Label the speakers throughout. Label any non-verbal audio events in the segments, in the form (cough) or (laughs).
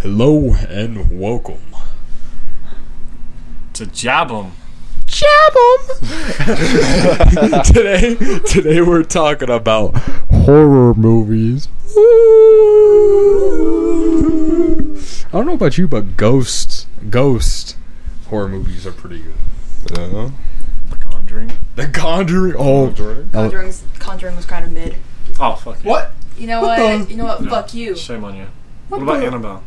Speaker 1: Hello and welcome.
Speaker 2: to jab him.
Speaker 1: (laughs) today, today we're talking about horror movies. I don't know about you, but ghosts, ghost horror movies are pretty good.
Speaker 2: Conjuring.
Speaker 1: The Conjuring. Oh,
Speaker 3: Conjuring's, Conjuring was kind of mid.
Speaker 2: Oh fuck. it.
Speaker 1: what?
Speaker 3: You know
Speaker 1: What
Speaker 3: what?
Speaker 1: the-
Speaker 3: You know what? Fuck you.
Speaker 2: Shame on you. What, about
Speaker 1: the-
Speaker 2: Annabelle?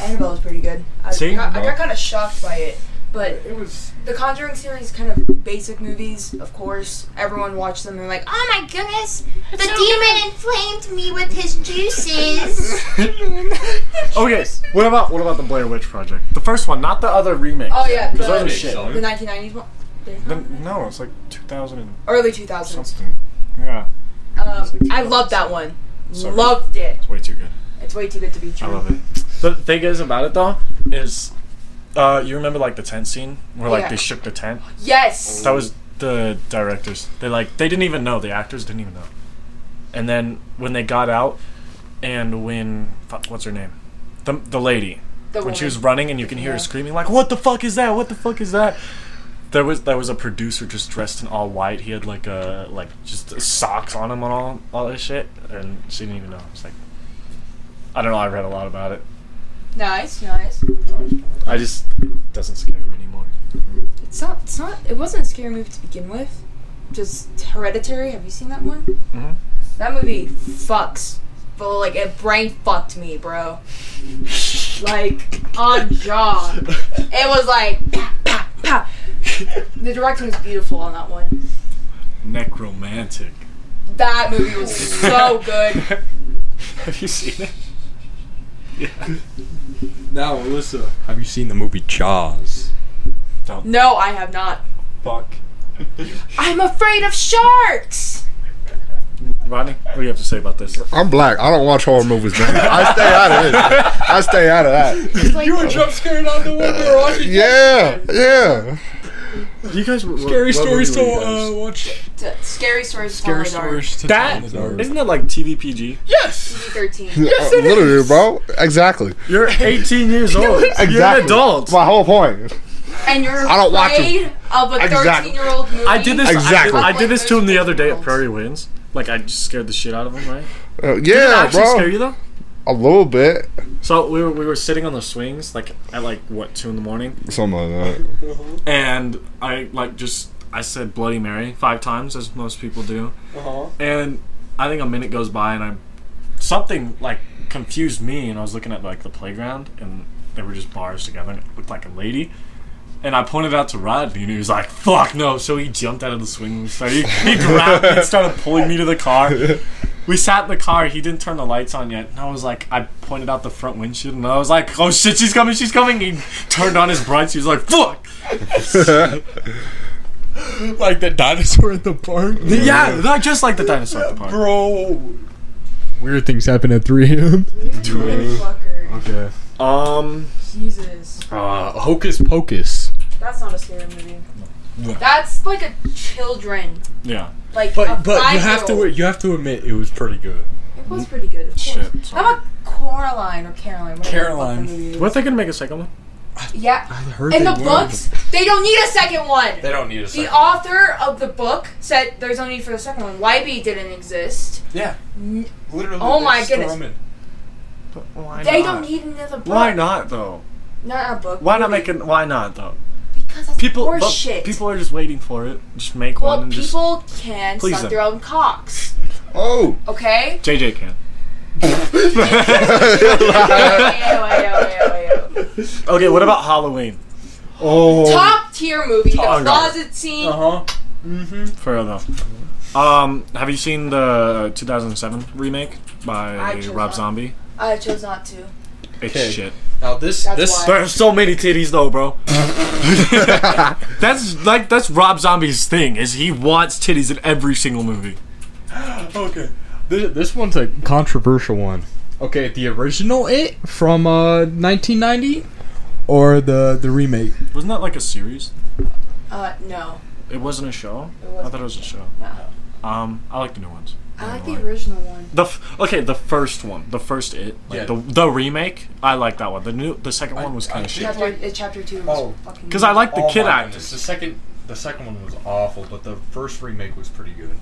Speaker 3: Annabelle was pretty good. I,
Speaker 2: See?
Speaker 3: I, got- I got kind of shocked by it. But
Speaker 1: It was.
Speaker 3: the Conjuring series, kind of basic movies, of course. Everyone watched them and like, ah,
Speaker 4: Oh my goodness! The demon inflamed me with his juices.
Speaker 2: Okay. What about what about the Blair Witch Project? The first one, not the other remake.
Speaker 3: oh yeah, the,
Speaker 2: Because those are
Speaker 3: the,
Speaker 2: shit.
Speaker 3: 1990s one.
Speaker 2: The- no, it's like 2000 and
Speaker 3: Early 2000s.
Speaker 2: something. Yeah,
Speaker 3: Um, I loved that one.
Speaker 2: Sorry.
Speaker 3: Loved it.
Speaker 2: it's way too good.
Speaker 3: It's way too good to be
Speaker 2: I
Speaker 3: true.
Speaker 2: love it. The thing is about it though is, uh, you remember like the tent scene where like
Speaker 3: Yeah.
Speaker 2: they shook the tent?
Speaker 3: Yes.
Speaker 2: That was the directors. They like they didn't even know. The actors didn't even know. And then when they got out, and when fuck, what's her name, the the lady
Speaker 3: The
Speaker 2: when she
Speaker 3: woman.
Speaker 2: was running and you can hear her
Speaker 3: Yeah.
Speaker 2: screaming like, "What the fuck is that? What the fuck is that?" There was there was a producer just dressed in all white. He had like a like just socks on him and all all this shit, and she didn't even know. It's like I don't know. I read a lot about it.
Speaker 3: nice, nice.
Speaker 2: I just it doesn't scare me anymore.
Speaker 3: It's not. It's not. It wasn't a scary movie to begin with. Just Hereditary. Have you seen that one?
Speaker 2: Mhm.
Speaker 3: That movie fucks. But like it brain fucked me, bro. like on jaw. It was like pa pa pa. The directing was beautiful on that one.
Speaker 2: Necromantic.
Speaker 3: That movie was so
Speaker 2: (laughs)
Speaker 3: good.
Speaker 2: Have you seen it?
Speaker 1: (laughs) Now, Alyssa, have you seen the movie Jaws?
Speaker 2: Don't
Speaker 3: No, I have not.
Speaker 2: fuck.
Speaker 3: I'm afraid of sharks.
Speaker 2: Rodney, what do you have to say about this?
Speaker 5: I'm black. I don't watch horror movies, man. I stay out of it. I stay out of that.
Speaker 1: you were jump scared out the window
Speaker 5: (laughs)
Speaker 1: watching
Speaker 5: Yeah, yeah.
Speaker 2: You guys, were
Speaker 1: scary stories to uh, watch.
Speaker 3: T- scary stories.
Speaker 1: Scary stories to
Speaker 2: That
Speaker 1: tell in the dark.
Speaker 2: isn't that like TVPG?
Speaker 5: (laughs)
Speaker 3: Thirteen.
Speaker 5: Uh, Literally, bro. Exactly.
Speaker 2: (laughs) You're 18 years old.
Speaker 5: Exactly.
Speaker 2: You're an adult.
Speaker 5: My whole point.
Speaker 3: And you're
Speaker 5: I don't watch 'em.
Speaker 3: afraid of a
Speaker 5: Exactly.
Speaker 3: thirteen-year-old movie.
Speaker 2: I did this.
Speaker 5: Exactly.
Speaker 2: I did, I did this to him the other day at Prairie Winds. Like I just scared the shit out of him, right?
Speaker 5: Uh,
Speaker 2: Did it
Speaker 5: yeah,
Speaker 2: actually
Speaker 5: bro.
Speaker 2: scare you though?
Speaker 5: A little bit.
Speaker 2: So we were we were sitting on the swings like at like what two in the morning,
Speaker 5: Something like that.
Speaker 2: and I like just I said Bloody Mary five times as most people do, and I think a minute goes by and I something like confused me and I was looking at like the playground and they were just bars together and it looked like a lady. And I pointed out to Rodney, and he was like, "Fuck no!" So he jumped out of the swing. So he, he grabbed me and started pulling me to the car. We sat in the car. He didn't turn the lights on yet, and I was like, I pointed out the front windshield, and I was like, "Oh shit, she's coming! She's coming!" He turned on his brights. He was like, "Fuck!"
Speaker 1: (laughs) like the dinosaur in the park.
Speaker 2: Yeah, not just like the dinosaur at the park.
Speaker 1: bro. Weird things happen at 3 a.m.
Speaker 3: Fucker.
Speaker 1: Okay.
Speaker 2: Um,
Speaker 3: Jesus.
Speaker 1: Uh, Hocus Pocus.
Speaker 3: That's not a scary movie. That's like a children.
Speaker 2: yeah,
Speaker 3: Like a
Speaker 1: But but you have to
Speaker 3: five-year-old.
Speaker 1: you have to admit it was pretty good.
Speaker 3: It was pretty good. Of course.
Speaker 2: Shit, sorry.
Speaker 3: How about Coraline or Caroline? whatever the fuck
Speaker 1: Caroline.
Speaker 3: the movie is.
Speaker 2: what they gonna make a second one?
Speaker 3: Yeah.
Speaker 1: I heard
Speaker 3: In the books, they don't need a second one.
Speaker 1: They don't need a
Speaker 3: The author of the book said there's no need for the second one. YB didn't exist.
Speaker 1: yeah. Literally.
Speaker 3: Oh my they're goodness. storming.
Speaker 2: Why
Speaker 3: They don't need another book.
Speaker 2: Why not though?
Speaker 3: Not a book.
Speaker 2: Why not
Speaker 3: movie.
Speaker 2: make it? Why not though?
Speaker 3: Because that's
Speaker 2: People,
Speaker 3: horse
Speaker 2: but
Speaker 3: shit.
Speaker 2: people are just waiting for it. Just make one.
Speaker 3: well,
Speaker 2: And just,
Speaker 3: people can
Speaker 2: Please
Speaker 3: suck
Speaker 2: then.
Speaker 3: their own cocks.
Speaker 5: Oh.
Speaker 2: (laughs)
Speaker 3: Okay.
Speaker 2: JJ can. Okay, what about Halloween?
Speaker 5: Oh.
Speaker 3: Top tier movie,
Speaker 2: Oh,
Speaker 3: the
Speaker 2: no.
Speaker 3: closet scene.
Speaker 1: Uh huh.
Speaker 2: Fair enough. Um, have you seen the 2007 remake by
Speaker 3: I chose
Speaker 2: Rob
Speaker 3: not.
Speaker 2: Zombie?
Speaker 3: I chose not to.
Speaker 2: It's
Speaker 1: Okay.
Speaker 2: shit.
Speaker 1: Now this
Speaker 3: That's
Speaker 1: this
Speaker 3: why.
Speaker 2: There are so many titties though, (laughs) bro. that's like that's Rob Zombie's thing is he wants titties in every single movie.
Speaker 1: okay. This, this one's a controversial one. Okay, the original it from uh 1990 or the the remake.
Speaker 2: Wasn't that like a series?
Speaker 3: Uh, no.
Speaker 2: It wasn't a show.
Speaker 3: It wasn't.
Speaker 2: I thought it was a show.
Speaker 3: No.
Speaker 2: Um, I like the new ones.
Speaker 3: I like
Speaker 1: one.
Speaker 3: the original one.
Speaker 2: The f- okay, the first one, the first it, like
Speaker 1: Yeah.
Speaker 2: the the remake. I like that one. The new, the second
Speaker 1: I-
Speaker 2: one was
Speaker 1: I
Speaker 2: kind of
Speaker 1: think-
Speaker 2: shit.
Speaker 3: Chapter, uh, chapter two was
Speaker 1: Oh.
Speaker 3: fucking.
Speaker 2: Because I like the
Speaker 1: Oh
Speaker 2: kid
Speaker 1: my
Speaker 2: actors.
Speaker 1: goodness, The second, the second one was awful, but the first remake was pretty good.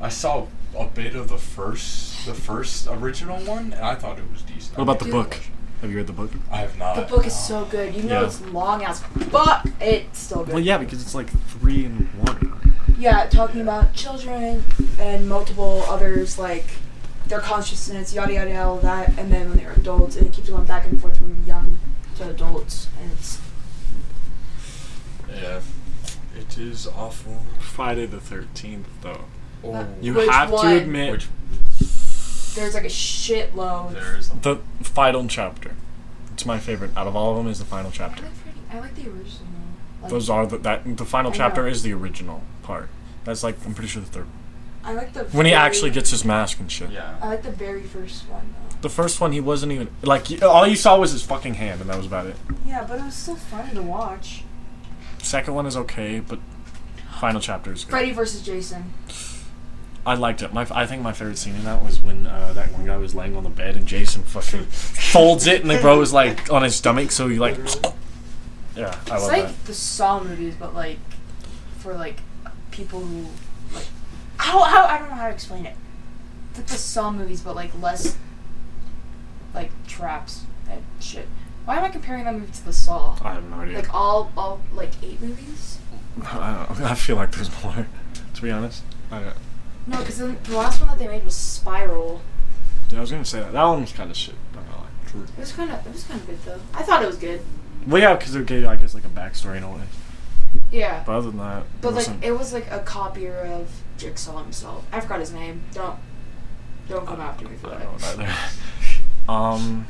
Speaker 1: I saw a bit of the first, the first original one, and I thought it was decent.
Speaker 2: What about the
Speaker 3: Dude.
Speaker 2: book? Have you read the book?
Speaker 1: I have not.
Speaker 3: The book is
Speaker 1: no.
Speaker 3: so good. You know
Speaker 2: Yeah.
Speaker 3: it's long as fuck. It's still good.
Speaker 2: Well, yeah, because it's like three and one.
Speaker 3: Yeah, talking about children and multiple others, like their consciousness, yada yada yada, all that, and then when they're adults, and it keeps going back and forth from young to adults, and it's
Speaker 1: Yeah, it is awful.
Speaker 2: Friday the Thirteenth, though.
Speaker 1: Oh,
Speaker 2: You
Speaker 3: Which
Speaker 2: have
Speaker 3: one?
Speaker 2: to admit
Speaker 1: Which-
Speaker 3: there's like a shitload.
Speaker 1: there is.
Speaker 2: the final chapter. It's my favorite out of all of them. Is the final chapter.
Speaker 3: I like the original. Like,
Speaker 2: Those are the that the final
Speaker 3: I
Speaker 2: chapter
Speaker 3: know.
Speaker 2: is the original part. That's like I'm pretty sure the third
Speaker 3: I like the
Speaker 2: when he
Speaker 3: very-
Speaker 2: actually gets his mask and shit.
Speaker 3: I
Speaker 1: Yeah.
Speaker 3: like the very first one though.
Speaker 2: The first one he wasn't even like y- all you saw was his fucking hand and that was about it.
Speaker 3: Yeah, but it was still fun to watch.
Speaker 2: Second one is okay, but final chapter is good.
Speaker 3: Freddy versus Jason.
Speaker 2: I liked it. My f- I think my favorite scene in that was when uh, that one guy was laying on the bed and Jason
Speaker 3: (laughs)
Speaker 2: fucking folds it and the bro is like on his stomach, so he like (sniffs) yeah, I
Speaker 3: It's
Speaker 2: love
Speaker 3: like
Speaker 2: that.
Speaker 3: the Saw movies, but like for like people who like how how I don't know how to explain it. It's like the Saw movies, but like less like traps and shit. Why am I comparing that movie to the Saw?
Speaker 2: I have no idea.
Speaker 3: Like all all like eight movies?
Speaker 2: I, don't know. (laughs) I feel like there's more. To be honest, I don't.
Speaker 3: No, because the last one that they made was Spiral.
Speaker 2: Yeah, I was gonna say that. That one was kind of shit. Not gonna lie. True.
Speaker 3: It was kind of it was kind of good though. I thought it was good.
Speaker 2: Well, yeah, because it gave, I guess, like a backstory in a way.
Speaker 3: Yeah.
Speaker 2: But other than that,
Speaker 3: But
Speaker 2: it
Speaker 3: like
Speaker 2: wasn't-
Speaker 3: it was like a copier of Jigsaw himself. I forgot his name. Don't don't come after me
Speaker 2: I
Speaker 3: for
Speaker 2: don't
Speaker 3: that.
Speaker 2: know about that. (laughs) um.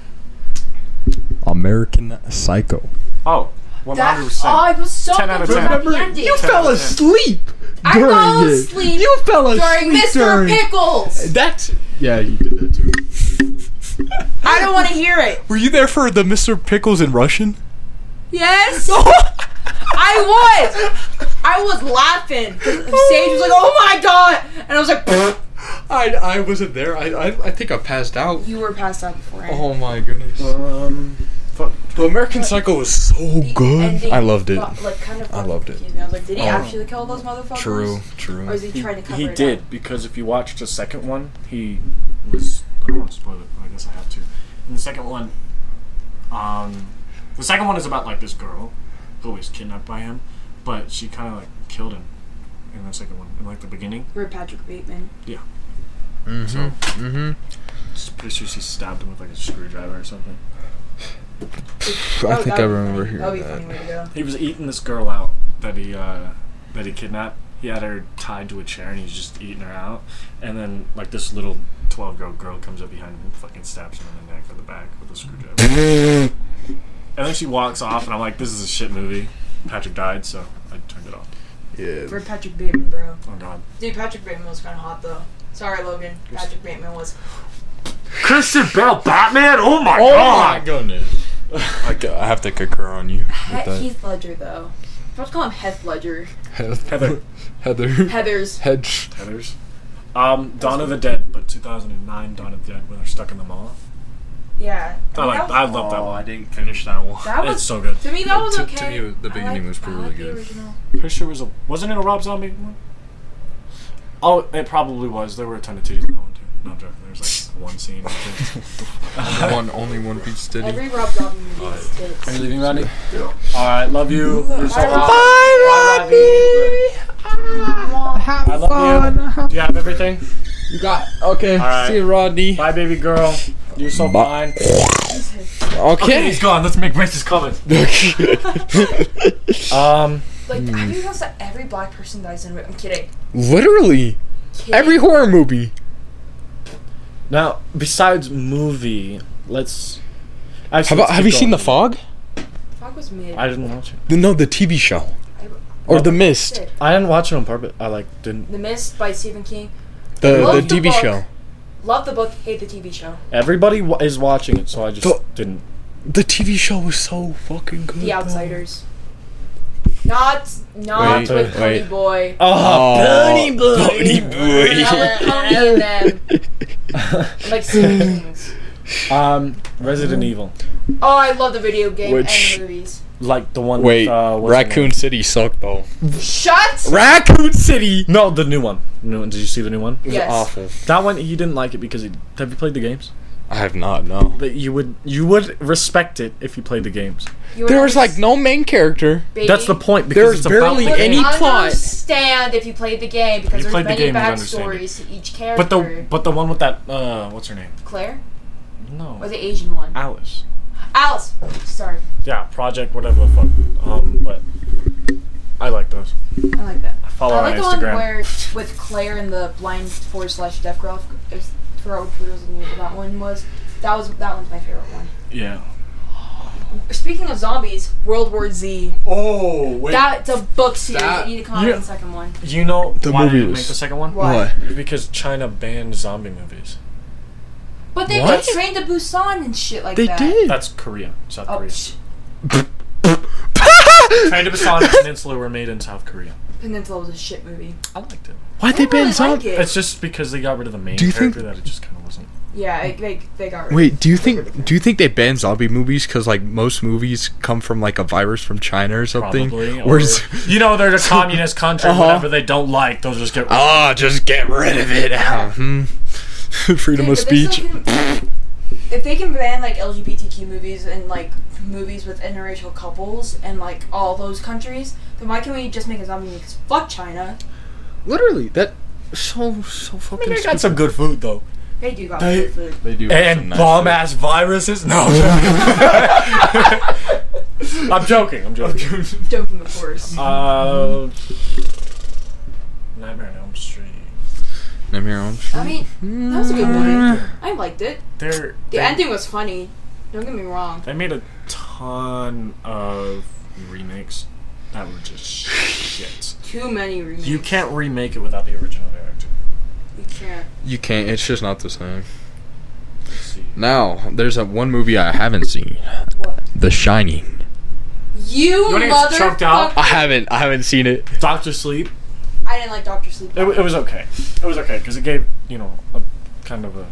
Speaker 1: American Psycho.
Speaker 2: Oh. One hundred percent.
Speaker 3: oh, it was so
Speaker 2: 10
Speaker 3: good
Speaker 2: out of
Speaker 3: for
Speaker 2: 10.
Speaker 3: about the ending.
Speaker 1: You fell asleep
Speaker 3: I
Speaker 1: during
Speaker 3: fell
Speaker 1: it.
Speaker 3: asleep
Speaker 1: You fell asleep
Speaker 3: during Mr. Pickles.
Speaker 1: That's yeah, you did that too.
Speaker 3: I don't want to hear it.
Speaker 1: Were you there for the Mr. Pickles in (laughs) Russian?
Speaker 3: Yes, I was. I was laughing. 'Cause Sage was like, "Oh my god," and I was like, (laughs)
Speaker 1: I I wasn't there. I I, I think I passed out.
Speaker 3: "You were passed out before."
Speaker 1: Oh my goodness.
Speaker 2: um. Fuck.
Speaker 1: The American Psycho was so
Speaker 3: The
Speaker 1: good.
Speaker 3: ending
Speaker 1: I loved it.
Speaker 3: fu- Like, kind of
Speaker 1: I loved it.
Speaker 3: confused Me. I was like, "Did he
Speaker 1: Oh.
Speaker 3: actually kill those motherfuckers?"
Speaker 1: True,
Speaker 3: Or is
Speaker 1: true.
Speaker 3: he, trying to cover
Speaker 2: he
Speaker 3: it
Speaker 2: did
Speaker 3: up?
Speaker 2: because if you watch the second one, he was. I don't want to spoil it, but I guess I have to. In the second one, um, the second one is about like this girl who was kidnapped by him, but she kind of like killed him in the second one. In like the beginning,
Speaker 3: We're Patrick Bateman.
Speaker 2: so
Speaker 1: Mm-hmm.
Speaker 2: it's pretty sure she stabbed him with like a screwdriver or something.
Speaker 3: Oh,
Speaker 1: I think I
Speaker 3: that'd be
Speaker 1: remember
Speaker 3: funny.
Speaker 1: hearing
Speaker 3: That'd be a funny way to
Speaker 1: that.
Speaker 3: go.
Speaker 2: He was eating this girl out that he uh, that he kidnapped. He had her tied to a chair and he's just eating her out. And then like this little twelve year old girl comes up behind him and fucking stabs him in the neck or the back with a screwdriver. and then she walks off and I'm like, this is a shit movie. Patrick died, so I turned it off.
Speaker 1: (laughs)
Speaker 3: We're
Speaker 1: Yeah.
Speaker 3: Patrick Bateman, bro.
Speaker 2: Oh god.
Speaker 3: Dude, Patrick Bateman was kind of hot though. Sorry, Logan. Patrick Bateman was.
Speaker 2: Christian Bell Batman? Oh my
Speaker 1: goodness. I, ca- I have to concur on you with
Speaker 3: He-
Speaker 1: that.
Speaker 3: Heath Ledger though. I was calling him Heath Ledger.
Speaker 1: Heather.
Speaker 2: Heather.
Speaker 1: Heather.
Speaker 3: Heather's.
Speaker 1: Hedge.
Speaker 2: Heathers. Um, Dawn of the Dead, but 2009 Dawn of the Dead when they're stuck in the mall.
Speaker 3: Yeah.
Speaker 2: I, like,
Speaker 3: that
Speaker 2: Oh, I
Speaker 3: was-
Speaker 2: love that one.
Speaker 1: didn't finish that one.
Speaker 3: That was
Speaker 2: It's so good.
Speaker 3: to me. That was
Speaker 1: To- to
Speaker 3: okay.
Speaker 1: me, the
Speaker 3: I
Speaker 1: beginning
Speaker 3: like-
Speaker 1: was pretty
Speaker 3: I like
Speaker 1: good.
Speaker 3: The original.
Speaker 2: Pretty sure it was a wasn't it a Rob Zombie one? Oh, it probably was. There were a ton of titties in that one too. No, I'm joking. There's like one (laughs) scene.
Speaker 1: one, only one piece
Speaker 3: Every
Speaker 1: did
Speaker 3: Rob Zombie movie has
Speaker 2: Are you
Speaker 3: tits.
Speaker 2: leaving, Rodney? All right, love you. You're so
Speaker 3: Bye,
Speaker 2: awesome.
Speaker 1: Rodney.
Speaker 2: I love you. Do you have everything?
Speaker 1: You got okay.
Speaker 2: right.
Speaker 1: See you, Rodney.
Speaker 2: Bye, baby girl. You're so
Speaker 1: Bye.
Speaker 2: fine. Okay,
Speaker 1: Okay.
Speaker 2: he's gone. Let's make racist comments. Um,
Speaker 3: Like, I
Speaker 1: Hmm.
Speaker 3: think that's that every black person dies in it. I'm kidding.
Speaker 1: (laughs) Literally
Speaker 3: Kidding.
Speaker 1: every horror movie.
Speaker 2: now besides movie, let's.
Speaker 1: How about, have you seen The Fog?
Speaker 3: Fog was mid.
Speaker 2: I didn't watch it.
Speaker 1: The, no, the TV show or The Mist,
Speaker 3: Sick.
Speaker 2: I didn't watch it on purpose. I like didn't.
Speaker 3: The Mist by Stephen King.
Speaker 1: the the
Speaker 3: Love the
Speaker 1: TV
Speaker 3: Fog.
Speaker 1: show,
Speaker 3: Love the book, hate the TV show.
Speaker 2: Everybody wa is watching it, so I just
Speaker 1: The-
Speaker 2: didn't.
Speaker 1: the TV show was so fucking good.
Speaker 3: The
Speaker 1: bro.
Speaker 3: Outsiders. Not not
Speaker 1: Wait,
Speaker 3: with Pony
Speaker 1: wait.
Speaker 3: Boy.
Speaker 1: Oh,
Speaker 6: Bunny boy.
Speaker 1: Bunny
Speaker 3: Not with
Speaker 1: (laughs)
Speaker 3: Pony Man. Like Simpsons.
Speaker 2: Um, Resident Evil,
Speaker 3: Oh, I love the video game
Speaker 1: Which-
Speaker 3: and movies.
Speaker 2: like the one.
Speaker 1: Wait,
Speaker 2: with, uh, what's her
Speaker 1: Raccoon City sucked though.
Speaker 3: Shut.
Speaker 1: Raccoon City.
Speaker 2: name? No, the new one. New one. Did you see the new one?
Speaker 3: Yes.
Speaker 1: Awful.
Speaker 2: That one you didn't like it because it, have you played the games?
Speaker 1: I have not. No.
Speaker 2: But you would you would respect it if you played the games.
Speaker 3: You
Speaker 1: There
Speaker 3: were
Speaker 1: was like no main character.
Speaker 3: baby.
Speaker 2: That's the point because
Speaker 1: There's
Speaker 2: it's
Speaker 1: barely
Speaker 2: about the
Speaker 1: any
Speaker 2: game.
Speaker 3: I
Speaker 1: plot.
Speaker 3: Understand if you played the game because
Speaker 2: You
Speaker 3: there's
Speaker 2: played the
Speaker 3: many
Speaker 2: game, you'd understand it.
Speaker 3: backstories to each character.
Speaker 2: But the but the one with that uh what's her name?
Speaker 3: Claire
Speaker 2: No.
Speaker 3: or the Asian one.
Speaker 2: Alice.
Speaker 3: Alice. Sorry,
Speaker 2: Yeah, Project whatever the fuck. Um, but I like those.
Speaker 3: I like that.
Speaker 2: Follow
Speaker 3: I
Speaker 2: her
Speaker 3: like the
Speaker 2: on
Speaker 3: one
Speaker 2: Instagram.
Speaker 3: where with Claire and the blind forward slash deaf girl. I forgot which one was the name of that one was. That was that one's my favorite one.
Speaker 2: yeah.
Speaker 3: Speaking of zombies, World War Z.
Speaker 1: Oh wait.
Speaker 3: That's a book series.
Speaker 1: That-
Speaker 3: you need to come out with
Speaker 2: Yeah.
Speaker 3: the second one.
Speaker 2: You know
Speaker 1: The
Speaker 2: why
Speaker 1: movie
Speaker 2: they didn't
Speaker 1: was-
Speaker 2: make the second one?
Speaker 3: Why?
Speaker 2: Because China banned zombie movies.
Speaker 3: But they
Speaker 1: What?
Speaker 3: did Train to Busan and shit like
Speaker 1: They (laughs)
Speaker 3: that.
Speaker 1: did.
Speaker 2: That's Korea, South
Speaker 3: Oh,
Speaker 2: Korea.
Speaker 3: psh,
Speaker 2: Train to Busan and Peninsula were made in South Korea.
Speaker 3: Peninsula was a shit movie.
Speaker 2: I liked it.
Speaker 1: Why'd
Speaker 3: I
Speaker 1: they
Speaker 3: don't really
Speaker 1: ban
Speaker 3: like
Speaker 1: zombies?
Speaker 3: it.
Speaker 2: It's just because they got rid of the main
Speaker 1: Do you think-
Speaker 2: character that it just kind of wasn't.
Speaker 3: Yeah, it, they they got rid of
Speaker 1: Wait, do you think do you think they ban zombie movies because like most movies come from like a virus from China or something?
Speaker 2: Probably.
Speaker 1: Or
Speaker 2: Or,
Speaker 1: is-
Speaker 2: you know, they're a (laughs) communist country.
Speaker 1: Uh-huh.
Speaker 2: Whatever they don't like, they'll just get. rid
Speaker 1: Ah, just get rid of it. Ah, hmm. (laughs) Freedom
Speaker 3: Dude,
Speaker 1: of
Speaker 3: but they
Speaker 1: speech.
Speaker 3: still can- (laughs) if they can ban like LGBTQ movies and like movies with interracial couples and like all those countries, then why can't we just make a zombie movie? Because fuck China.
Speaker 1: Literally, that so so fucking.
Speaker 2: They got some good food though,
Speaker 3: They do got
Speaker 2: They-
Speaker 3: good food.
Speaker 1: They do.
Speaker 2: and bomb ass viruses. (laughs) No, I'm joking. I'm joking.
Speaker 3: Joking, of course.
Speaker 2: Uh, Nightmare on Elm Street.
Speaker 3: I mean, that was a good
Speaker 1: Uh.
Speaker 3: movie.
Speaker 1: Mm.
Speaker 3: I liked it.
Speaker 2: They're,
Speaker 3: The
Speaker 2: they,
Speaker 3: ending was funny. Don't get me wrong.
Speaker 2: they made a ton of remakes that were just shit.
Speaker 3: Too many remakes.
Speaker 2: You can't remake it without the original director.
Speaker 3: You can't.
Speaker 1: You can't. It's just not the same.
Speaker 2: Let's see.
Speaker 1: Now, there's a one movie I haven't seen,
Speaker 3: What?
Speaker 1: The Shining.
Speaker 3: You,
Speaker 2: wanna get choked out?
Speaker 3: motherfucker!
Speaker 1: I haven't. I haven't seen it.
Speaker 2: Doctor Sleep.
Speaker 3: I didn't like Doctor Sleep.
Speaker 2: It, wa- it was okay. It was okay because it gave you know a kind of a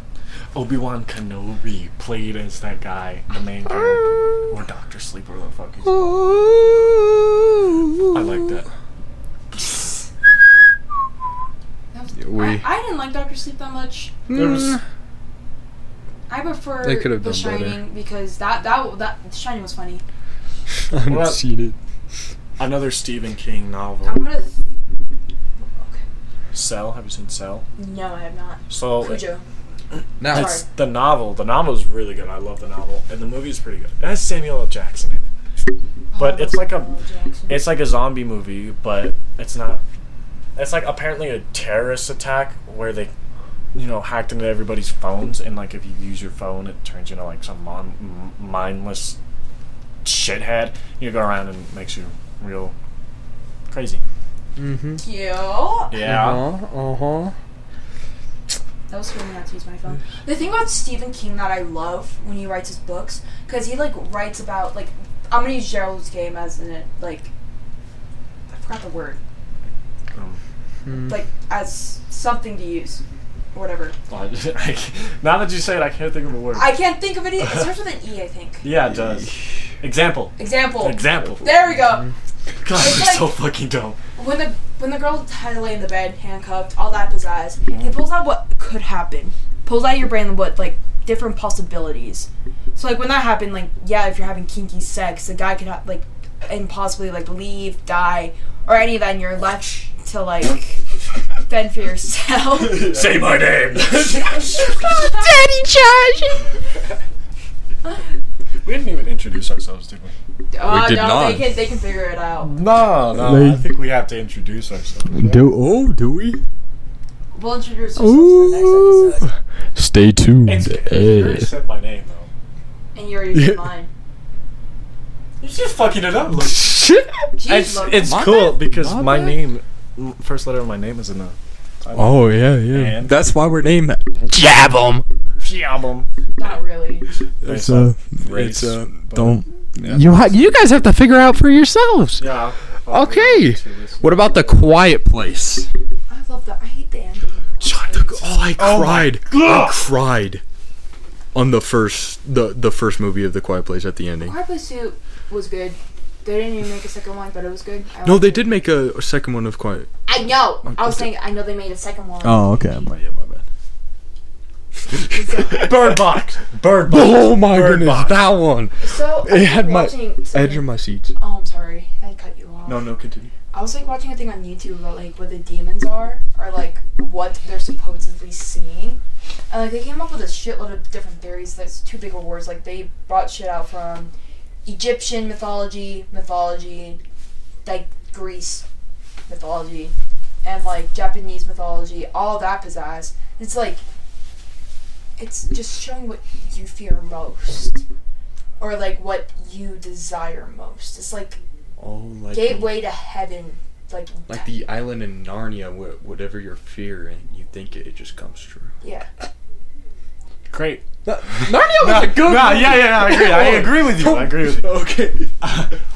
Speaker 2: Obi Wan Kenobi played as that guy, the main character, or Doctor Sleep, or whatever the fuck. He's called. I like that.
Speaker 3: That was-
Speaker 1: We-
Speaker 3: I, I didn't like Doctor Sleep that much.
Speaker 2: There was
Speaker 3: I prefer
Speaker 1: They could have
Speaker 3: The
Speaker 1: done better.
Speaker 3: Shining because that that that The Shining was funny.
Speaker 1: (laughs) I haven't
Speaker 2: Well,
Speaker 1: seen it.
Speaker 2: another Stephen King
Speaker 3: I'm
Speaker 2: novel,
Speaker 3: gonna.
Speaker 2: Cell. Have you seen Cell?
Speaker 3: No, I have not.
Speaker 2: So it-
Speaker 3: Cujo.
Speaker 1: Now,
Speaker 2: it's the novel. The novel is really good. I love the novel, and the movie is pretty good. It has Samuel L. Jackson in it. But it's
Speaker 3: Oh,
Speaker 2: like a- It's like a zombie movie, but it's not. It's like apparently a terrorist attack where they, you know, hacked into everybody's phones, and like if you use your phone, it turns you into like some mon- m- mindless shithead. You go around and makes you real crazy.
Speaker 1: mm-hmm.
Speaker 3: Cute.
Speaker 1: Uh huh.
Speaker 3: That was scary not to use my phone. The thing about Stephen King that I love when he writes his books, because he like writes about like I'm gonna use Gerald's Game as in it like I forgot the word
Speaker 2: Um,
Speaker 3: like as something to use, or whatever.
Speaker 2: I (laughs) just- I can't- now that you say it, I can't think of a word.
Speaker 3: I can't think of any. It starts with an E, I think.
Speaker 2: yeah, it does. Example.
Speaker 3: Example.
Speaker 2: Example.
Speaker 3: There we go.
Speaker 2: God,
Speaker 3: It's
Speaker 2: you're
Speaker 3: like-
Speaker 2: so fucking dumb.
Speaker 3: When the when the girl had lay in the bed, handcuffed, all that pizzazz, he pulls out what could happen. Pulls out your brain what like different possibilities. So like when that happened, like yeah, if you're having kinky sex, the guy could ha- like and possibly like leave, die, or any of that, and you're left to like fend
Speaker 1: (laughs)
Speaker 3: for yourself. (laughs)
Speaker 2: Say my name.
Speaker 3: Daddy Josh.
Speaker 2: (laughs) we didn't even introduce ourselves, did we?
Speaker 3: Oh
Speaker 1: did
Speaker 3: no,
Speaker 1: not.
Speaker 3: they can they can figure it out.
Speaker 2: No, Oh, no.
Speaker 1: They-
Speaker 2: I think we have to introduce ourselves.
Speaker 1: Do oh do we?
Speaker 3: We'll introduce ourselves in the next episode,
Speaker 1: Stay tuned. Eh.
Speaker 2: It's, you already said my name though.
Speaker 3: and you
Speaker 1: (laughs)
Speaker 3: already did mine.
Speaker 2: You're just fucking it up.
Speaker 3: Jeez, Logan.
Speaker 1: My bad.
Speaker 2: because
Speaker 1: My bad.
Speaker 2: name, m- first letter of my name is in the
Speaker 1: oh yeah, yeah.
Speaker 2: And-
Speaker 1: That's why we're named Jab 'em.
Speaker 2: album.
Speaker 3: not
Speaker 1: (laughs)
Speaker 3: really.
Speaker 1: It's a
Speaker 2: race,
Speaker 1: it's a
Speaker 2: but-
Speaker 1: don't. You ha- you guys have to figure out for yourselves.
Speaker 2: Yeah.
Speaker 1: Okay. What about the Quiet Place?
Speaker 3: I love that. I hate the ending.
Speaker 1: Shut the- Oh, I
Speaker 2: Oh my
Speaker 1: cried. I
Speaker 2: God.
Speaker 1: cried on the first the the first movie of the Quiet Place at the ending.
Speaker 3: Hard Place 2 was good. They didn't even make a second one, but it was good. I
Speaker 1: No,
Speaker 3: liked
Speaker 1: they
Speaker 3: it.
Speaker 1: did make a, a second one of Quiet.
Speaker 3: I know. I was
Speaker 1: okay.
Speaker 3: saying, I know they made a second one.
Speaker 1: Oh, okay. My, yeah, my bad.
Speaker 2: Bird Box. Bird Box.
Speaker 1: Oh my
Speaker 2: Bird
Speaker 1: goodness,
Speaker 2: Box.
Speaker 1: that one.
Speaker 3: So, I
Speaker 1: It
Speaker 3: was
Speaker 1: had my
Speaker 3: watching
Speaker 1: edge of
Speaker 3: something-
Speaker 1: my seat.
Speaker 3: Oh, I'm sorry. I cut you off.
Speaker 2: No, no, continue.
Speaker 3: I was like watching a thing on YouTube about like what the demons are or like what they're supposedly seeing. And like they came up with a shitload of different theories. That's two big awards. Like they brought shit out from Egyptian mythology, mythology, like Greece mythology, and like Japanese mythology, all that pizzazz. It's like it's just showing what you fear most. Or like what you desire most. It's like
Speaker 1: Oh, like
Speaker 3: gateway to heaven. Like,
Speaker 1: like the island in Narnia, wh- whatever your fear and you think it, it just comes true.
Speaker 3: yeah.
Speaker 2: Great.
Speaker 1: (laughs) Narnia was
Speaker 2: Nah,
Speaker 1: a good
Speaker 2: nah,
Speaker 1: movie. (laughs)
Speaker 2: yeah, yeah, I agree. I agree with you. I agree with you.
Speaker 1: Okay.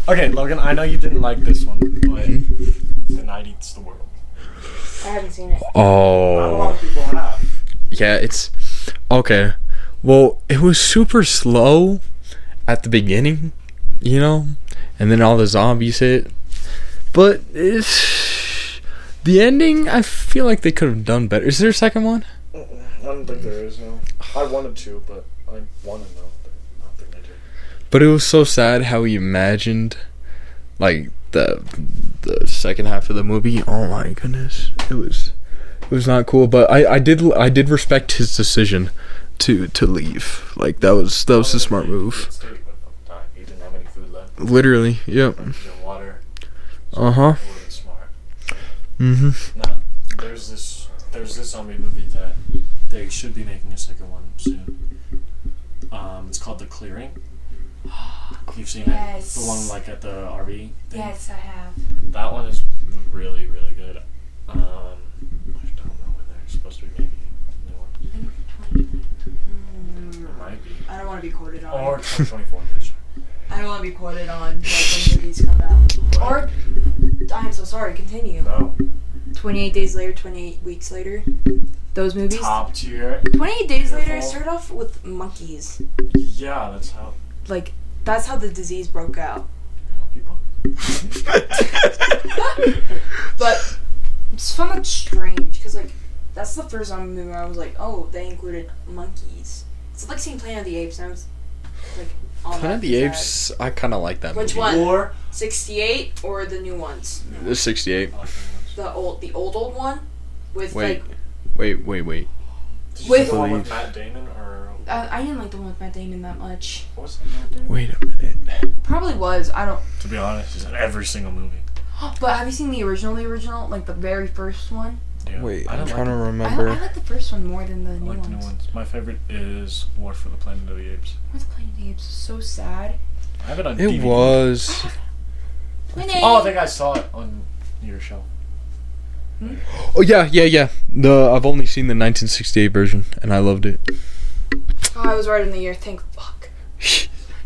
Speaker 2: Okay, Logan, I know you didn't like this one, but
Speaker 1: Mm-hmm.
Speaker 2: the night eats the world.
Speaker 3: I haven't seen it.
Speaker 2: Not a
Speaker 1: Oh,
Speaker 2: lot of people have.
Speaker 1: yeah. It's okay. Well, it was super slow at the beginning, you know, and then all the zombies hit. But it's the ending. I feel like they could have done better. Is there a second one?
Speaker 2: I don't think there is, no. I wanted to, but I want to know. I don't think I do.
Speaker 1: But it was so sad how he imagined, like the the second half of the movie. Oh my goodness, it was it was not cool. But I I did I did respect his decision to to leave. Like that was that was a smart move.
Speaker 2: He didn't have any food left.
Speaker 1: Literally,
Speaker 3: (laughs)
Speaker 1: yep.
Speaker 2: No water.
Speaker 1: Uh huh.
Speaker 2: It wasn't smart.
Speaker 1: Mhm.
Speaker 2: No, there's this there's this zombie movie that they should be making a second one soon. Um, it's called The
Speaker 3: (gasps)
Speaker 2: Clearing. You've seen
Speaker 3: Yes.
Speaker 2: it, the one like at the RV thing.
Speaker 3: Yes, I have.
Speaker 2: That one is really really good. Um, I don't know when they're supposed to be making a new one. It might be
Speaker 3: I don't want to be quoted on.
Speaker 2: or 2024. I'm pretty sure.
Speaker 3: I don't want to be quoted on like when movies come out. Or I'm so sorry. Continue.
Speaker 2: No,
Speaker 3: 28 days later, 28 weeks later. Those movies.
Speaker 2: top tier.
Speaker 3: 28 days later
Speaker 2: Beautiful.
Speaker 3: started off with monkeys.
Speaker 2: Yeah, that's how
Speaker 3: Like that's how the disease broke out.
Speaker 2: people.
Speaker 3: But it's so much strange because like that's the first zombie movie where I was like, oh, they included monkeys. It's like seeing Planet of the Apes. And I was like, on
Speaker 1: Planet
Speaker 3: that
Speaker 1: of the
Speaker 3: side.
Speaker 1: Apes. I kind of like that
Speaker 3: Which
Speaker 1: movie.
Speaker 3: one?
Speaker 2: Or
Speaker 3: 68 or the new ones?
Speaker 1: The sixty-eight.
Speaker 2: I like that one.
Speaker 3: The old the old old one with
Speaker 1: Wait,
Speaker 3: like
Speaker 1: wait, wait, wait.
Speaker 2: Did you
Speaker 3: With-
Speaker 2: see the one with Matt Damon or
Speaker 3: uh, I didn't like the one with Matt Damon that much.
Speaker 2: what was that Matt Damon?
Speaker 1: Wait a minute.
Speaker 3: Probably was. I don't. (gasps)
Speaker 2: To be honest, he's in every single movie.
Speaker 3: But have you seen the original? The original, like the very first one.
Speaker 2: Yeah.
Speaker 1: Wait,
Speaker 2: I
Speaker 1: I'm
Speaker 2: don't
Speaker 1: trying to
Speaker 2: like
Speaker 3: I, I
Speaker 1: remember.
Speaker 3: like the first one more than the
Speaker 2: the-
Speaker 3: new
Speaker 2: I like the new
Speaker 3: ones.
Speaker 2: ones. My favorite is War for the Planet of the Apes.
Speaker 3: What's Planet of the Apes? is So sad.
Speaker 2: I have it on
Speaker 1: It
Speaker 2: DVD.
Speaker 1: was.
Speaker 2: Oh, I think I saw it on your show.
Speaker 1: Oh yeah, yeah, yeah. The I've only seen the 1968 version, and I loved it.
Speaker 3: Oh, I was right in the year. Thank fuck.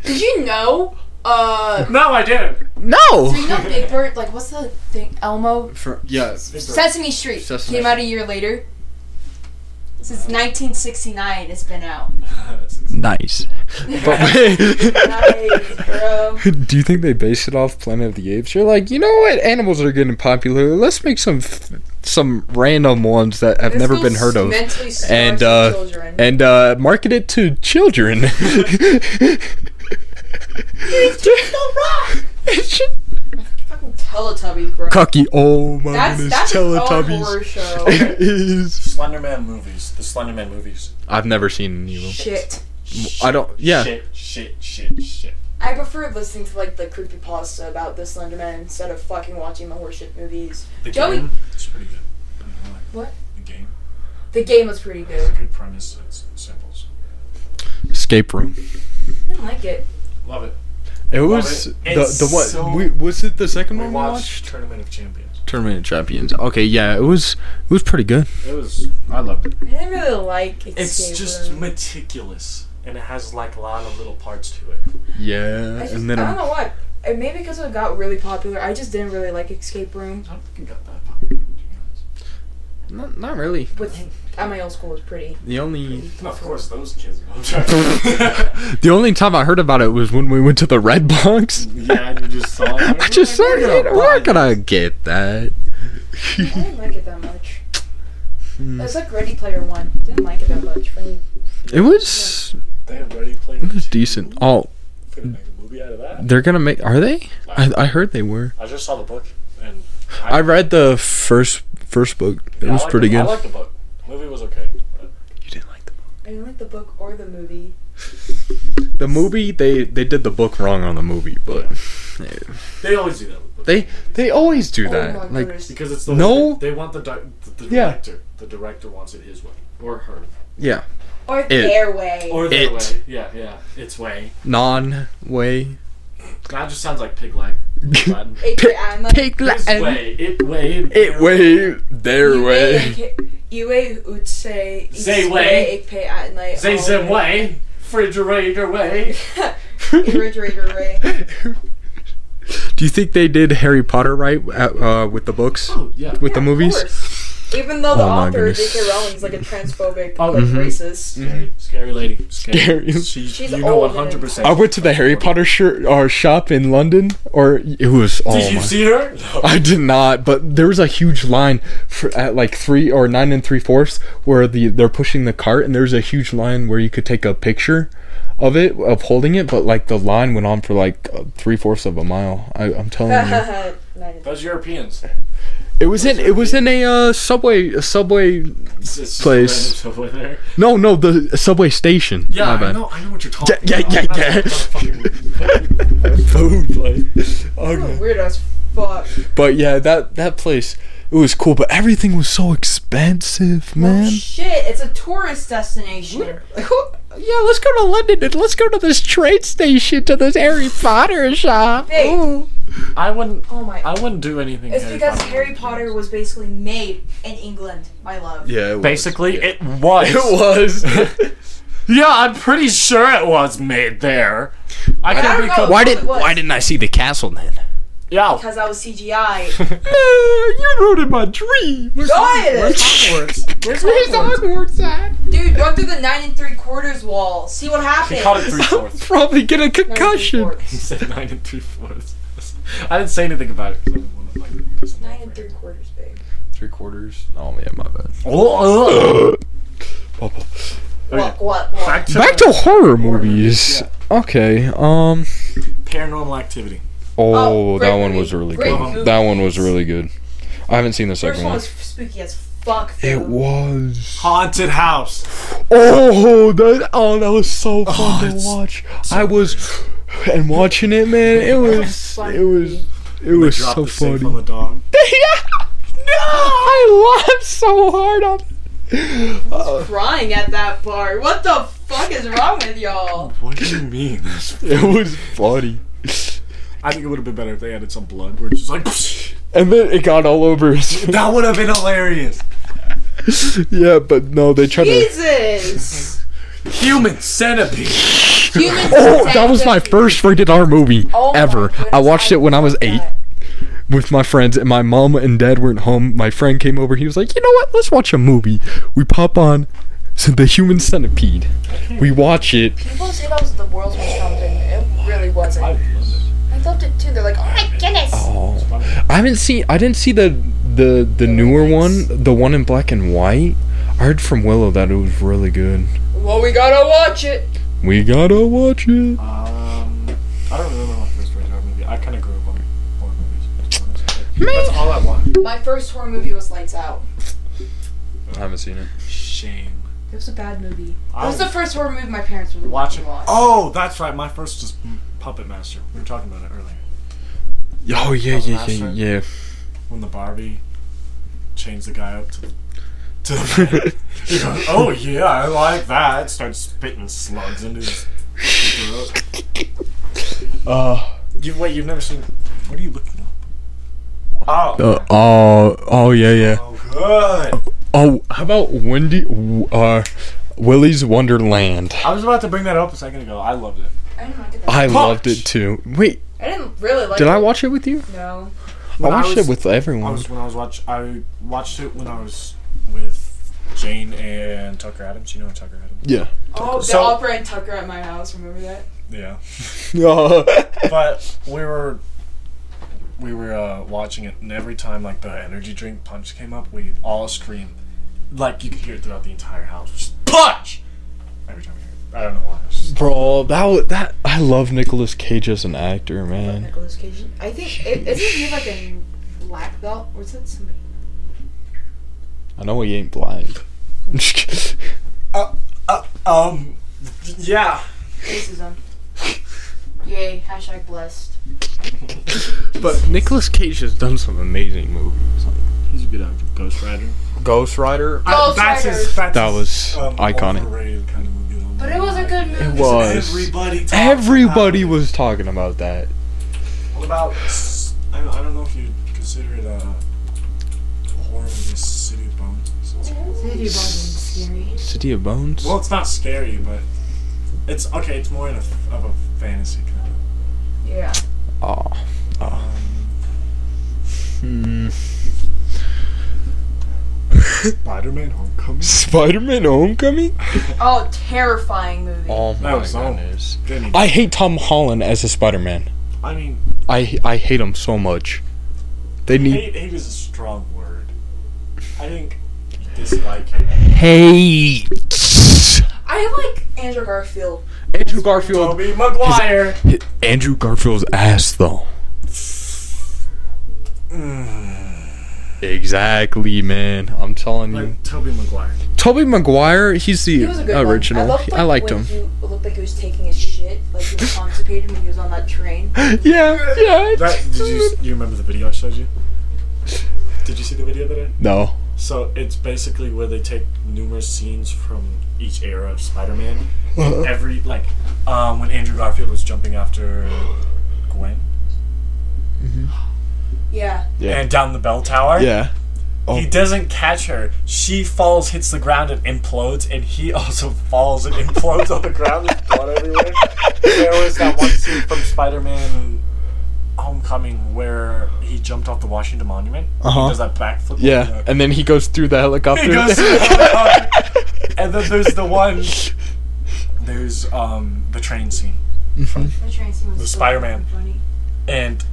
Speaker 3: Did you know? Uh,
Speaker 2: No, I didn't.
Speaker 1: No.
Speaker 3: you know Big Bird. Like, what's the thing? Elmo.
Speaker 1: For, yeah.
Speaker 3: Sesame Street
Speaker 1: Sesame
Speaker 3: came out a year later. Since 1969, it's been out.
Speaker 1: Nice.
Speaker 3: Nice, bro.
Speaker 1: (laughs) Do you think they based it off Planet of the Apes? You're like, you know what? Animals are getting popular. Let's make some some random ones that have never been heard of, and uh, and uh, market it to
Speaker 3: (laughs)
Speaker 1: children.
Speaker 3: fucking Teletubby, bro.
Speaker 1: Cocky. Oh my
Speaker 3: that's
Speaker 1: goodness,
Speaker 3: that's Teletubbies.
Speaker 1: Teletubbies.
Speaker 3: horror show.
Speaker 1: (laughs) It is.
Speaker 2: Slenderman movies. The Slenderman movies.
Speaker 1: I've never seen any of them.
Speaker 3: Shit.
Speaker 1: I don't. Yeah.
Speaker 2: Shit, shit, shit, shit.
Speaker 3: I prefer listening to like the creepypasta about the Slenderman instead of fucking watching the horseshit movies.
Speaker 2: The
Speaker 3: Joey-
Speaker 2: game. It's pretty good. I don't know, like,
Speaker 3: What?
Speaker 2: The game.
Speaker 3: The game was pretty
Speaker 2: It's a
Speaker 3: good.
Speaker 2: good premise. It's simple.
Speaker 1: Escape room.
Speaker 3: Didn't like it.
Speaker 2: Love it.
Speaker 1: It
Speaker 2: was- it. the- It's the one- so- we-
Speaker 1: was it the second
Speaker 2: We watched Tournament of Champions.
Speaker 1: Tournament of Champions. Okay, yeah, it was it was pretty good.
Speaker 2: It was. I loved it.
Speaker 3: I didn't really like Escape
Speaker 2: It's just
Speaker 3: Room.
Speaker 2: meticulous, and it has like a lot of little parts to it.
Speaker 1: Yeah,
Speaker 3: I, just,
Speaker 1: and then
Speaker 3: I don't
Speaker 1: I'm,
Speaker 3: know what. and maybe because it got really popular, I just didn't really like Escape Room.
Speaker 2: I don't think it got that popular.
Speaker 1: Not, not really.
Speaker 3: With at my old school was pretty.
Speaker 1: The only
Speaker 2: Of course, those kids. (laughs) yeah,
Speaker 1: the only time I heard about it was when we went to the Red (laughs) Box.
Speaker 2: and you just saw. It.
Speaker 1: I just said,
Speaker 2: We're gonna
Speaker 1: we're
Speaker 2: buy
Speaker 1: gonna get that.
Speaker 3: I (laughs) didn't like it that much. It was like Ready Player One. Didn't like it that much. For me.
Speaker 1: It was
Speaker 2: (laughs) They have Ready Player
Speaker 1: it was
Speaker 2: Two.
Speaker 1: decent. Oh,
Speaker 2: Could make a movie out of that.
Speaker 1: they're gonna make. Are they? I, I heard they were.
Speaker 2: I just saw the book and
Speaker 1: I read the first first book. It
Speaker 2: Yeah, I
Speaker 1: was
Speaker 2: liked
Speaker 1: pretty
Speaker 2: the-
Speaker 1: good.
Speaker 2: I liked the book. Movie was okay.
Speaker 1: You didn't like the book.
Speaker 3: I didn't like the book or the movie.
Speaker 1: The movie they they did the book wrong on the movie, but
Speaker 2: They always do that with books
Speaker 1: they they always do
Speaker 3: oh my
Speaker 1: that. Like
Speaker 3: goodness.
Speaker 2: because it's the
Speaker 1: No.
Speaker 2: They want the, di- the, the
Speaker 1: Yeah.
Speaker 2: director. The director wants it his way or her
Speaker 1: yeah,
Speaker 3: or their way.
Speaker 2: or their
Speaker 1: It.
Speaker 2: way. Yeah, yeah, its way.
Speaker 1: non way
Speaker 2: That just sounds like pig leg.
Speaker 3: (laughs)
Speaker 2: Latin.
Speaker 3: It- I'm like-
Speaker 1: pig
Speaker 2: His
Speaker 1: Latin.
Speaker 2: way, it way,
Speaker 1: It
Speaker 2: their
Speaker 1: way their
Speaker 3: Iwe
Speaker 1: way.
Speaker 3: ik- Iwe utse
Speaker 2: Zee
Speaker 3: ispe
Speaker 2: way.
Speaker 3: ik pe at night Oh,
Speaker 2: Say
Speaker 3: all
Speaker 2: some way, refrigerator way.
Speaker 3: Refrigerator way.
Speaker 1: Do you think they did Harry Potter right at, uh, with the books,
Speaker 2: Oh yeah.
Speaker 1: with the
Speaker 3: Yeah, of
Speaker 1: movies?
Speaker 3: course. Even though the
Speaker 1: Oh my
Speaker 3: author
Speaker 1: goodness.
Speaker 3: J.K. Rowling's like a transphobic,
Speaker 2: Oh,
Speaker 3: like
Speaker 1: mhm.
Speaker 3: racist.
Speaker 2: Scary, scary lady. Scary.
Speaker 1: Scary.
Speaker 2: She,
Speaker 3: She's
Speaker 2: you know
Speaker 3: old
Speaker 2: one
Speaker 3: and-
Speaker 2: hundred percent.
Speaker 1: I went to the Harry Potter shirt or shop in London, or it was. Oh
Speaker 2: Did you
Speaker 1: my!
Speaker 2: see her? No.
Speaker 1: I did not, but there was a huge line for, at like three or nine and three fourths where the they're pushing the cart, and there's a huge line where you could take a picture of it of holding it, but like the line went on for like uh, three fourths of a mile. I, I'm telling you.
Speaker 3: (laughs) Nice.
Speaker 2: Those Europeans.
Speaker 1: It was in it was in a uh, subway a subway
Speaker 2: It's just
Speaker 1: Place.
Speaker 2: random stuff over there.
Speaker 1: no no the subway station
Speaker 2: Yeah,
Speaker 1: my
Speaker 2: I
Speaker 1: bad (laughs)
Speaker 2: know. I know what you're talking.
Speaker 1: yeah,
Speaker 2: about.
Speaker 1: yeah,
Speaker 2: I
Speaker 1: yeah.
Speaker 2: know what
Speaker 1: food
Speaker 2: you're talking
Speaker 1: okay.
Speaker 3: Weird as fuck.
Speaker 1: but yeah that that place it was cool but everything was so expensive
Speaker 3: Oh,
Speaker 1: man
Speaker 3: shit, it's a tourist destination.
Speaker 1: yeah let's go to London and let's go to this train station to this Harry Potter shop
Speaker 3: Hey.
Speaker 1: Ooh.
Speaker 2: about. I wouldn't.
Speaker 3: Oh my.
Speaker 2: I wouldn't do anything.
Speaker 3: it's because Harry Potter was basically made in England, my love.
Speaker 1: yeah it
Speaker 2: Basically, it was.
Speaker 1: was, (laughs)
Speaker 2: Yeah, I'm pretty sure it was made there. I
Speaker 3: I
Speaker 2: could
Speaker 3: don't
Speaker 2: be.
Speaker 3: know.
Speaker 2: co-
Speaker 1: why
Speaker 3: It
Speaker 1: did
Speaker 3: was.
Speaker 1: why didn't I see the castle then
Speaker 2: Yeah.
Speaker 3: Because I
Speaker 1: (laughs)
Speaker 3: was CGI.
Speaker 1: you ruined my dream
Speaker 3: Good!
Speaker 2: Where's Hogwarts?
Speaker 3: Dude, run through the nine and three quarters wall. See what happens.
Speaker 2: He caught
Speaker 1: (laughs)
Speaker 2: it three fourths. (laughs)
Speaker 1: probably get a
Speaker 3: Nine and three
Speaker 1: concussion
Speaker 2: he
Speaker 3: quarters.
Speaker 2: said nine and three fourths. I didn't say anything about it. 'cause I didn't wanna, like, piss him
Speaker 3: Nine
Speaker 2: off
Speaker 3: and
Speaker 2: or
Speaker 3: three quarters, babe.
Speaker 1: three quarters oh yeah my bad
Speaker 2: Oh,
Speaker 1: (gasps) Oh,
Speaker 3: What? What? What?
Speaker 2: back to,
Speaker 1: Back to horror movies. Okay. Um.
Speaker 2: paranormal activity.
Speaker 1: Oh,
Speaker 3: Oh,
Speaker 1: that
Speaker 3: great
Speaker 1: one
Speaker 3: movie.
Speaker 1: was really
Speaker 3: Great
Speaker 1: good.
Speaker 3: movie.
Speaker 1: That one was really good. I haven't seen the
Speaker 3: First
Speaker 1: second
Speaker 3: one
Speaker 1: one.
Speaker 3: was spooky as fuck.
Speaker 1: It
Speaker 3: though.
Speaker 1: was.
Speaker 2: Haunted house.
Speaker 1: Oh, that. Oh, that was so fun to
Speaker 2: it's
Speaker 1: watch. I was, and watching it, man. It was.
Speaker 3: Fun
Speaker 1: It was.
Speaker 3: movie.
Speaker 1: It was
Speaker 2: Drop
Speaker 1: so
Speaker 2: the safe on the
Speaker 1: (laughs) funny.
Speaker 2: dog.
Speaker 1: no, I laughed so hard on.
Speaker 3: Crying at that part. What the fuck is wrong with y'all?
Speaker 2: What do you mean?
Speaker 1: It was funny.
Speaker 2: I think it would have been better if they added some blood, where it's just like (laughs)
Speaker 1: And then it got all over his.
Speaker 2: that would have been hilarious.
Speaker 1: (laughs) yeah, but no, they tried to.
Speaker 3: Jesus!
Speaker 2: Human centipede.
Speaker 3: Humans
Speaker 1: Oh,
Speaker 3: are
Speaker 1: that was my
Speaker 3: sensitive.
Speaker 1: first rated R movie
Speaker 3: Oh my
Speaker 1: ever.
Speaker 3: goodness,
Speaker 1: I watched it when I was
Speaker 3: love
Speaker 1: eight
Speaker 3: that.
Speaker 1: with my friends, and my mom and dad weren't home. My friend came over. He was like, "You know what? Let's watch a movie." We pop on (laughs) so the Human Centipede. We watch it.
Speaker 3: People say that was the world's most talented. It really wasn't. I loved it too. They're like, oh,
Speaker 4: my goodness.
Speaker 1: Oh, I haven't seen. I didn't see the the the newer one, the one in black and white. I heard from Willow that it was really good.
Speaker 3: well, we gotta watch it.
Speaker 1: We gotta watch it.
Speaker 2: Um, I don't remember my first rated R movie. I kind of grew up on horror movies. to be honest. That's all I want.
Speaker 3: My first horror movie was Lights Out.
Speaker 1: I haven't seen it.
Speaker 2: Shame.
Speaker 3: It was a bad movie. That
Speaker 2: I
Speaker 3: was the first horror movie my parents would
Speaker 2: watch it.
Speaker 3: watch.
Speaker 2: Oh, that's right. My first was Puppet Master. We were talking about it earlier.
Speaker 1: Oh yeah, yeah, yeah,
Speaker 2: Master.
Speaker 1: yeah.
Speaker 3: (laughs)
Speaker 2: When the Barbie chains the guy up to the. To the bed. He goes, oh yeah, I like that. Starts spitting slugs into his fucking throat.
Speaker 1: (laughs) Uh,
Speaker 2: You wait, you've never seen. What are you looking up? Oh,
Speaker 1: uh, oh, oh yeah, yeah.
Speaker 2: oh good.
Speaker 1: Oh, how about Wendy? Uh, Willy's Wonderland.
Speaker 2: I was about to bring that up a second ago. I loved it.
Speaker 3: I didn't like it. That
Speaker 1: I
Speaker 2: Punch.
Speaker 1: loved it too. Wait,
Speaker 3: I didn't. really like.
Speaker 1: Did I watch it with you?
Speaker 3: No.
Speaker 1: I
Speaker 2: When
Speaker 1: watched
Speaker 2: was-
Speaker 1: it with
Speaker 2: I
Speaker 1: everyone.
Speaker 2: was when I was watch. I watched it when I was with Jane and Tucker Adams. You know Tucker Adams.
Speaker 1: (laughs) yeah.
Speaker 3: Oh, the
Speaker 2: So-
Speaker 3: opera and Tucker at my house. Remember that?
Speaker 2: Yeah.
Speaker 1: oh
Speaker 2: But we were we were uh, watching it, and every time like the energy drink punch came up, we all screamed. Like you could hear it throughout the entire house. Just punch. Every time we heard it. I don't know why. It was just-
Speaker 1: Bro, that wa- that I love Nicolas Cage as an actor, man.
Speaker 3: Nicholas Cage. I think i- isn't he like a black belt? Or is that somebody?
Speaker 1: I know he ain't blind. (laughs) I'm just kidding.
Speaker 2: Uh, um. Yeah.
Speaker 3: Racism. Yay! Hashtag blessed.
Speaker 1: but Nicolas Cage has done some amazing movies.
Speaker 2: He's a good actor. Ghost Rider.
Speaker 1: Ghost Rider.
Speaker 3: Ghost
Speaker 2: that's
Speaker 3: Rider.
Speaker 2: his, that's
Speaker 1: That
Speaker 2: his, um,
Speaker 1: was iconic.
Speaker 2: overrated kind of movie, though.
Speaker 3: But it was a good movie.
Speaker 1: It was.
Speaker 2: Everybody. talked
Speaker 1: Everybody
Speaker 2: about it.
Speaker 1: was talking about that.
Speaker 2: What about? s- I don't, I don't know if you consider it a horror movie, City of Bones.
Speaker 3: scary.
Speaker 1: City of Bones.
Speaker 2: Well, it's not scary, but it's okay. It's more in a, of a fantasy kind
Speaker 3: Yeah.
Speaker 1: Aw.
Speaker 2: of. Um,
Speaker 1: Ah, Hmm.
Speaker 2: Spider-Man: Homecoming.
Speaker 1: Spider-Man: Homecoming.
Speaker 3: Oh, terrifying movie.
Speaker 1: Oh my
Speaker 2: was all.
Speaker 1: goodness.
Speaker 2: Jenny.
Speaker 1: I hate Tom Holland as a Spider-Man.
Speaker 2: I mean,
Speaker 1: I I hate him so much. They need
Speaker 2: hate, hate is a strong word. I think you dislike him.
Speaker 1: hate.
Speaker 3: I like Andrew Garfield.
Speaker 1: Andrew Garfield.
Speaker 2: Toby Maguire.
Speaker 1: Andrew Garfield's ass though.
Speaker 2: Mm.
Speaker 1: Exactly, man. I'm telling you.
Speaker 2: Like Toby Maguire.
Speaker 1: Toby Maguire, he's the
Speaker 3: He was a good one.
Speaker 1: original.
Speaker 3: I, loved,
Speaker 1: I liked
Speaker 3: when
Speaker 1: him.
Speaker 3: He looked like he was taking a shit, like he was constipated when he was on
Speaker 1: (laughs)
Speaker 3: that train.
Speaker 1: Yeah, yeah.
Speaker 2: That, did you you remember the video I showed you? Did you see the video that I?
Speaker 1: No.
Speaker 2: So it's basically where they take numerous scenes from each era of Spider-Man.
Speaker 1: Uh-huh.
Speaker 2: And every like um, when Andrew Garfield was jumping after Gwen
Speaker 3: Yeah.
Speaker 1: Yeah.
Speaker 2: and down the bell tower.
Speaker 1: Yeah.
Speaker 2: He doesn't catch her. She falls, hits the ground, and implodes. And he (laughs) also falls and implodes on the ground. There's blood everywhere. There was that one scene from Spider-Man Homecoming where he jumped off the Washington Monument.
Speaker 1: Uh-huh.
Speaker 2: He does that backflip.
Speaker 1: Yeah, and then he goes through the helicopter.
Speaker 2: He
Speaker 1: (laughs)
Speaker 2: goes "Oh to the helicopter. and then there's the (laughs) one. There's um the train scene,
Speaker 3: The train scene was
Speaker 2: The
Speaker 3: so
Speaker 2: Spider-Man.
Speaker 3: Funny.
Speaker 2: and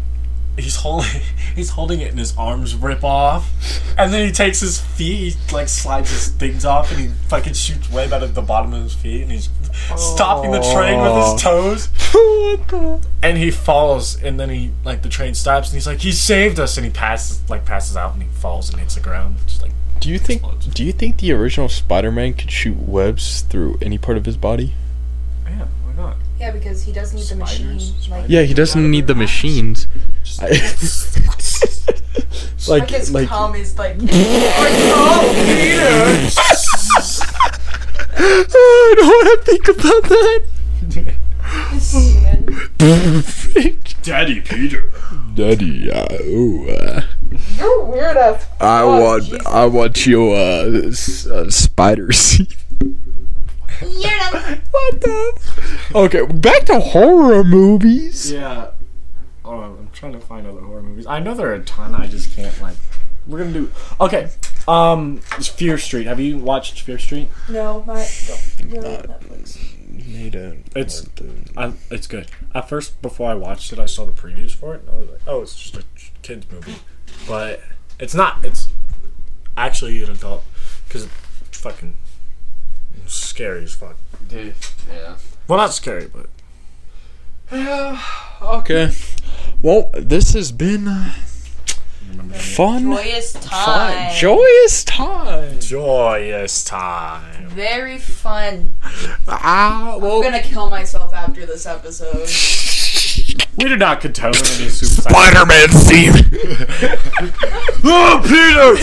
Speaker 2: he's holding (laughs) he's holding it, and his arms rip off, and then he takes his feet, he, like slides his things off, and he fucking shoots web out of the bottom of his feet, and he's stopping the train with
Speaker 1: Oh.
Speaker 2: his toes,
Speaker 1: (laughs) what the?
Speaker 2: and he falls, and then he like the train stops, and he's like he saved us, and he passes like passes out, and he falls and hits the ground, just like
Speaker 1: Do you think? Do you think the original Spider-Man could shoot webs through any part of his body?
Speaker 2: yeah, why not?
Speaker 3: Yeah, because he doesn't need the machine.
Speaker 2: Spiders,
Speaker 3: Like,
Speaker 2: spiders.
Speaker 1: Yeah, he doesn't need the (laughs) machines.
Speaker 3: like,
Speaker 1: like,
Speaker 3: his
Speaker 1: like,
Speaker 3: cum is like. (laughs) like, oh,
Speaker 2: (laughs)
Speaker 3: Peter.
Speaker 1: (laughs) I don't want to think about that.
Speaker 2: Daddy Peter.
Speaker 1: (laughs) Daddy, uh, ooh, uh,
Speaker 3: You're weird as.
Speaker 1: I
Speaker 3: Oh,
Speaker 1: want,
Speaker 3: Jesus.
Speaker 1: I want your uh, s- uh, spider (laughs) seed.
Speaker 4: You're the
Speaker 1: What the? Okay, back to horror movies.
Speaker 2: Yeah. Oh, I'm trying to find other horror movies. I know there are a ton. I just can't like. We're gonna do okay. Um, Fear Street. Have you watched Fear Street?
Speaker 3: No, my. Don't. Really, Netflix.
Speaker 1: Need a-
Speaker 2: It's- I, it's good. At first, before I watched it, I saw the previews for it, and I was like, "Oh, it's just a ch- kids movie," but it's not. It's actually an adult because it's fucking scary as fuck.
Speaker 6: Dude, yeah.
Speaker 2: Well, not scary, but
Speaker 1: Okay. Well, this has been uh, fun,
Speaker 3: Joyous
Speaker 1: fun,
Speaker 3: time.
Speaker 1: joyous time.
Speaker 2: joyous time.
Speaker 3: Very fun.
Speaker 1: Ah, well,
Speaker 3: I'm gonna kill myself after this episode.
Speaker 2: We do not condone any suicide.
Speaker 1: Spider-Man (laughs) theme. oh, Peter!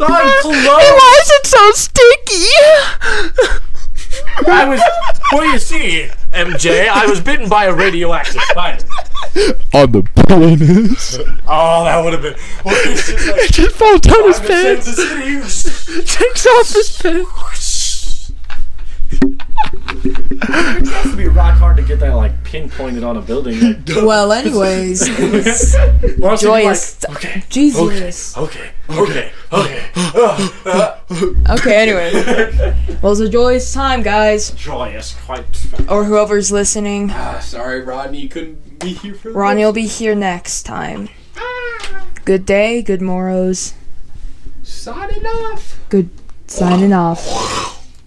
Speaker 2: I'm close.
Speaker 1: Why is it so sticky?
Speaker 2: I was. What do you see, MJ? I was bitten by a radioactive spider.
Speaker 1: On the (laughs) penis.
Speaker 2: Oh, that would have been. What if it's just
Speaker 1: It
Speaker 2: like,
Speaker 1: just falls down his
Speaker 2: I'm in
Speaker 1: pants.
Speaker 2: Kansas City.
Speaker 1: Takes off his pants.
Speaker 2: It has to be rock pinpointed on a building. Like,
Speaker 3: (laughs) Well, anyways,
Speaker 2: (laughs)
Speaker 3: it's
Speaker 2: or else you'd be
Speaker 3: joyous.
Speaker 2: Like, okay.
Speaker 3: Jesus.
Speaker 2: Okay. Okay. Okay.
Speaker 3: Okay, anyway. Well, it's a joyous time, guys,
Speaker 2: Joyous. Quite.
Speaker 3: or whoever's listening.
Speaker 1: Ah, sorry, Rodney, you couldn't be here for
Speaker 3: Ronnie will be here next time. Good day, good morrows,
Speaker 1: Signing off.
Speaker 3: good signing off.